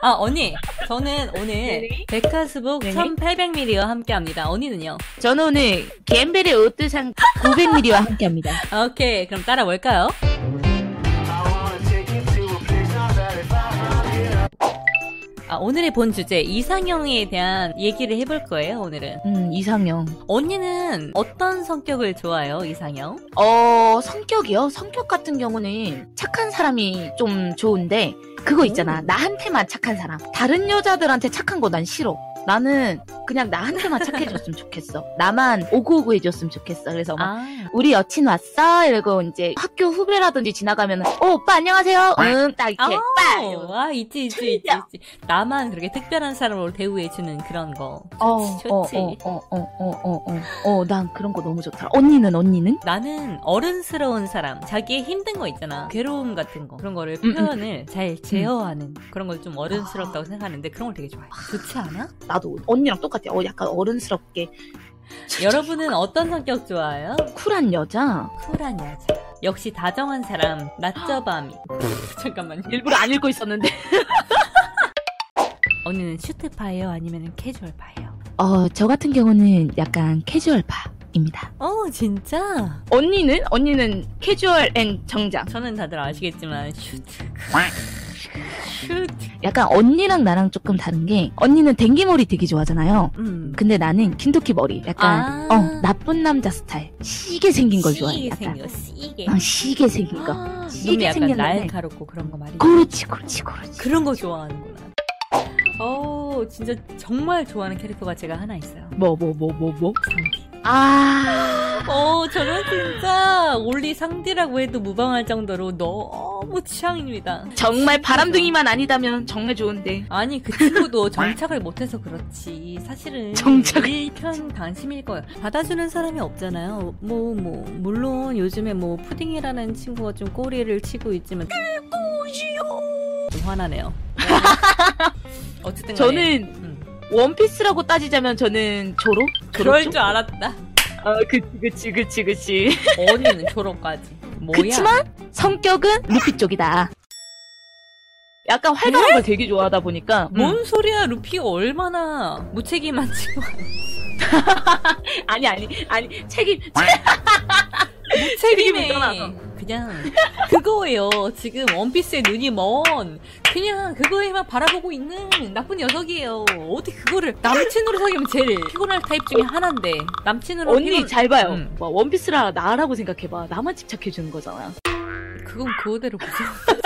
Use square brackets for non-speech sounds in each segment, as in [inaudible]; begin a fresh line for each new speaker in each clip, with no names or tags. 아, 언니. 저는 오늘
네네.
백화수복
네네.
1800ml와 함께 합니다. 언니는요?
저는 오늘 갬벨의 오뜨상 900ml와 함께합니다.
오케이. 그럼 따라올까요? 아, 오늘의 본 주제, 이상형에 대한 얘기를 해볼 거예요, 오늘은.
음, 이상형.
언니는 어떤 성격을 좋아해요, 이상형?
어, 성격이요? 성격 같은 경우는 착한 사람이 좀 좋은데, 그거 있잖아.
음.
나한테만 착한 사람. 다른 여자들한테 착한 거 난 싫어. 나는 그냥 나한테만 착해줬으면 좋겠어. 나만 오구오구 해줬으면 좋겠어. 그래서 막
아,
우리 여친 왔어? 이러고 이제 학교 후배라든지 지나가면 어, 오빠 안녕하세요. 응, 딱 이렇게
아우,
빡! 이러고.
아, 있지, 있지, 있지,
진짜.
있지. 나만 그렇게 특별한 사람으로 대우해주는 그런 거.
어,
좋지,
어,
좋지.
어, 어, 어, 어, 어, 어, 어, 난 그런 거 너무 좋더라. 언니는, 언니는?
나는 어른스러운 사람, 자기의 힘든 거 있잖아. 괴로움 같은 거. 그런 거를
음, 아. 음.
표현을 잘 제어하는 그런 걸 좀 어른스럽다고 생각하는데 그런 걸 되게 좋아해. 좋지
[laughs]
않아?
나도 언니랑 똑같아. 어, 약간 어른스럽게
여러분은 어떤 성격 좋아해요?
쿨한 여자.
쿨한 여자. 역시 다정한 사람,
[laughs]
낮저밤이. 잠깐만요.
일부러 안 읽고 있었는데. [laughs]
언니는 슈트파예요? 아니면 캐주얼파예요?
어, 저 같은 경우는 약간 캐주얼파입니다.
어, 진짜?
언니는? 언니는 캐주얼 앤 정장.
저는 다들 아시겠지만 슈트. 슈트.
약간 언니랑 나랑 조금 다른 게 언니는 댕기머리 되게 좋아하잖아요.
음.
근데 나는 긴토끼 머리. 약간
아.
어, 나쁜 남자 스타일. 시게 생긴 걸 좋아해.
시게
약간.
생겨, 시게.
어, 시게 생긴 거.
아,
시게
눈이 약간
생겼는데.
날카롭고 그런 거 말이야.
그렇지, 그렇지, 그렇지.
그런 거 좋아하는구나. 어, 진짜 정말 좋아하는 캐릭터가 제가 하나 있어요.
뭐, 뭐, 뭐, 뭐, 뭐.
상디.
아.
어, 저는 진짜 올리 상디라고 해도 무방할 정도로 너무 취향입니다.
정말 바람둥이만 아니다면 정말 좋은데.
아니 그
[laughs]
친구도 정착을 못해서 그렇지 사실은
정착을
일편 강심일 거예요 받아주는 사람이 없잖아요 뭐 뭐 물론 요즘에 뭐 푸딩이라는 친구가 좀 꼬리를 치고 있지만
네,
좀
[laughs]
화나네요 어쨌든 간에,
저는
음,
원피스라고 따지자면 저는 조로?
그럴
그렇죠.
줄 알았다
아, 그, 그치, 그치, 그치.
언니는 졸업까지 뭐야
그치만 성격은 루피 쪽이다. 약간 활발한 걸 되게 좋아하다 보니까.
뭔 소리야 루피가 얼마나 무책임한지
아니, 아니, 아니. 책임,
책임이
[laughs] 책임을 떠나서.
그냥 그거예요. 지금 원피스에 눈이 먼 그냥 그거에만 바라보고 있는 나쁜 녀석이에요. 어떻게 그거를 남친으로 사귀면 제일 피곤할 타입 중에 하나인데 남친으로
언니
피곤-
잘 봐요.
음.
와, 원피스라 나라고 생각해봐. 나만 집착해주는 거잖아.
그건 그대로 보세요. [laughs]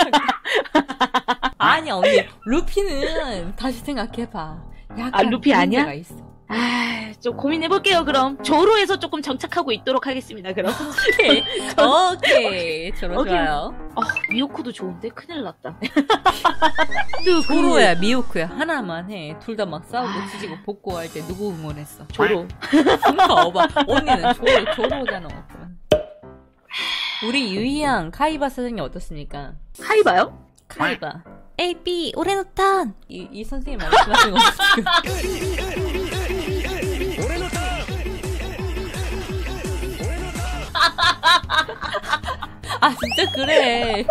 아니 언니 루피는 다시 생각해봐. 약간
아, 루피
그런
아니야?
데가 있어.
아, 좀 고민해볼게요, 그럼. 조로에서 조금 정착하고 있도록 하겠습니다, 그럼. [laughs]
오케이 오케이 저러
오케이.
좋아요.
아, 미호코도 좋은데? 큰일 났다. 또 그-
도로야 미오크야 하나만 해. 둘 다 막 싸우고 지지고 복고 할 때 누구 응원했어?
조로.
[laughs] 엄마 어봐 언니는 조로 조로잖아 우리 유이양 카이바 선생님 어떻습니까?
하이바요?
카이바 A B 오래 놓던 이, 이 선생님 말씀하신 거 [laughs] 지금 아 진짜 그래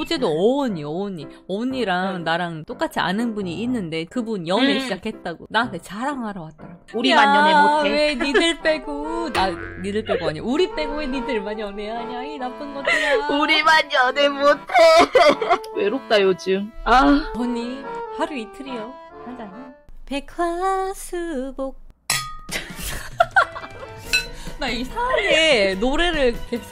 어제도 어언니 어언니 언니랑 나랑 똑같이 아는 분이 있는데 그분 연애
음.
시작했다고 나한테 자랑하러 왔더라고
우리만
야,
연애 못해.
왜 니들 빼고 [laughs] 나 니들 빼고 아니 우리 빼고 왜 니들만 연애하냐 이 나쁜 것들아
우리만 연애 못해. [laughs] 외롭다 요즘. 아,
언니 하루 이틀이요 한잔 백화수복
[laughs]
나 이상하게 노래를 계속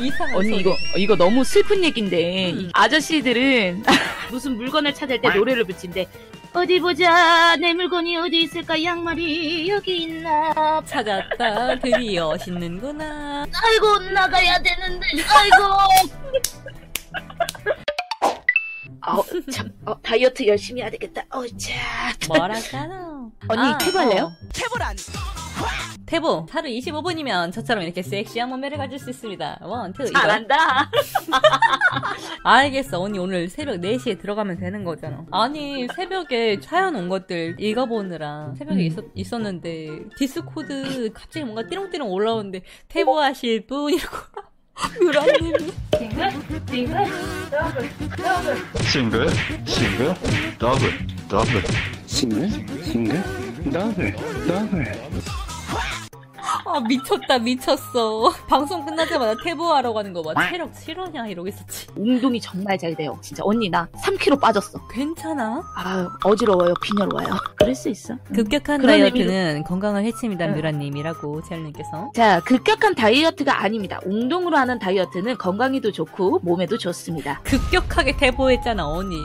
이상한
언니
소리.
이거 이거 너무 슬픈 얘긴데
음.
아저씨들은 [laughs] 무슨 물건을 찾을 때 노래를 붙인대. 어디 보자 내 물건이 어디 있을까 양말이 여기 있나
찾았다 드디어 신는구나
아이고 나가야 되는데 아이고 아참 [laughs] 어, 다이어트 열심히 해야 되겠다 어자
뭐라까나
언니, 태볼래요?
아, 어. 태보 하루 25분이면 저처럼 이렇게 섹시한 몸매를 가질 수 있습니다 원투
잘한다
알겠어. 언니 오늘 새벽 4시에 들어가면 되는 거잖아. 아니, 새벽에 사연 온 것들 읽어보느라 새벽에
음.
있었, 있었는데 디스코드 갑자기 뭔가 띠롱띠롱 올라오는데 퇴보하실 분 이러고 [laughs] 유라님이
싱글, 싱글, 더블, 더블.
싱글, 싱글, 더블, 더블.
아 미쳤다 미쳤어. 방송 끝나자마자 태보하러 가는 거 봐. 체력 실화냐 이러고 있었지.
운동이 정말 잘 돼요. 진짜 언니 나 3kg 빠졌어.
괜찮아?
아유 어지러워요. 빈혈 와요. 그럴 수 있어.
급격한
그런
다이어트는 건강을 해칩니다,
응.
유라님이라고 채연님께서.
자, 급격한 다이어트가 아닙니다. 운동으로 하는 다이어트는 건강에도 좋고 몸에도 좋습니다.
급격하게 태보했잖아 언니.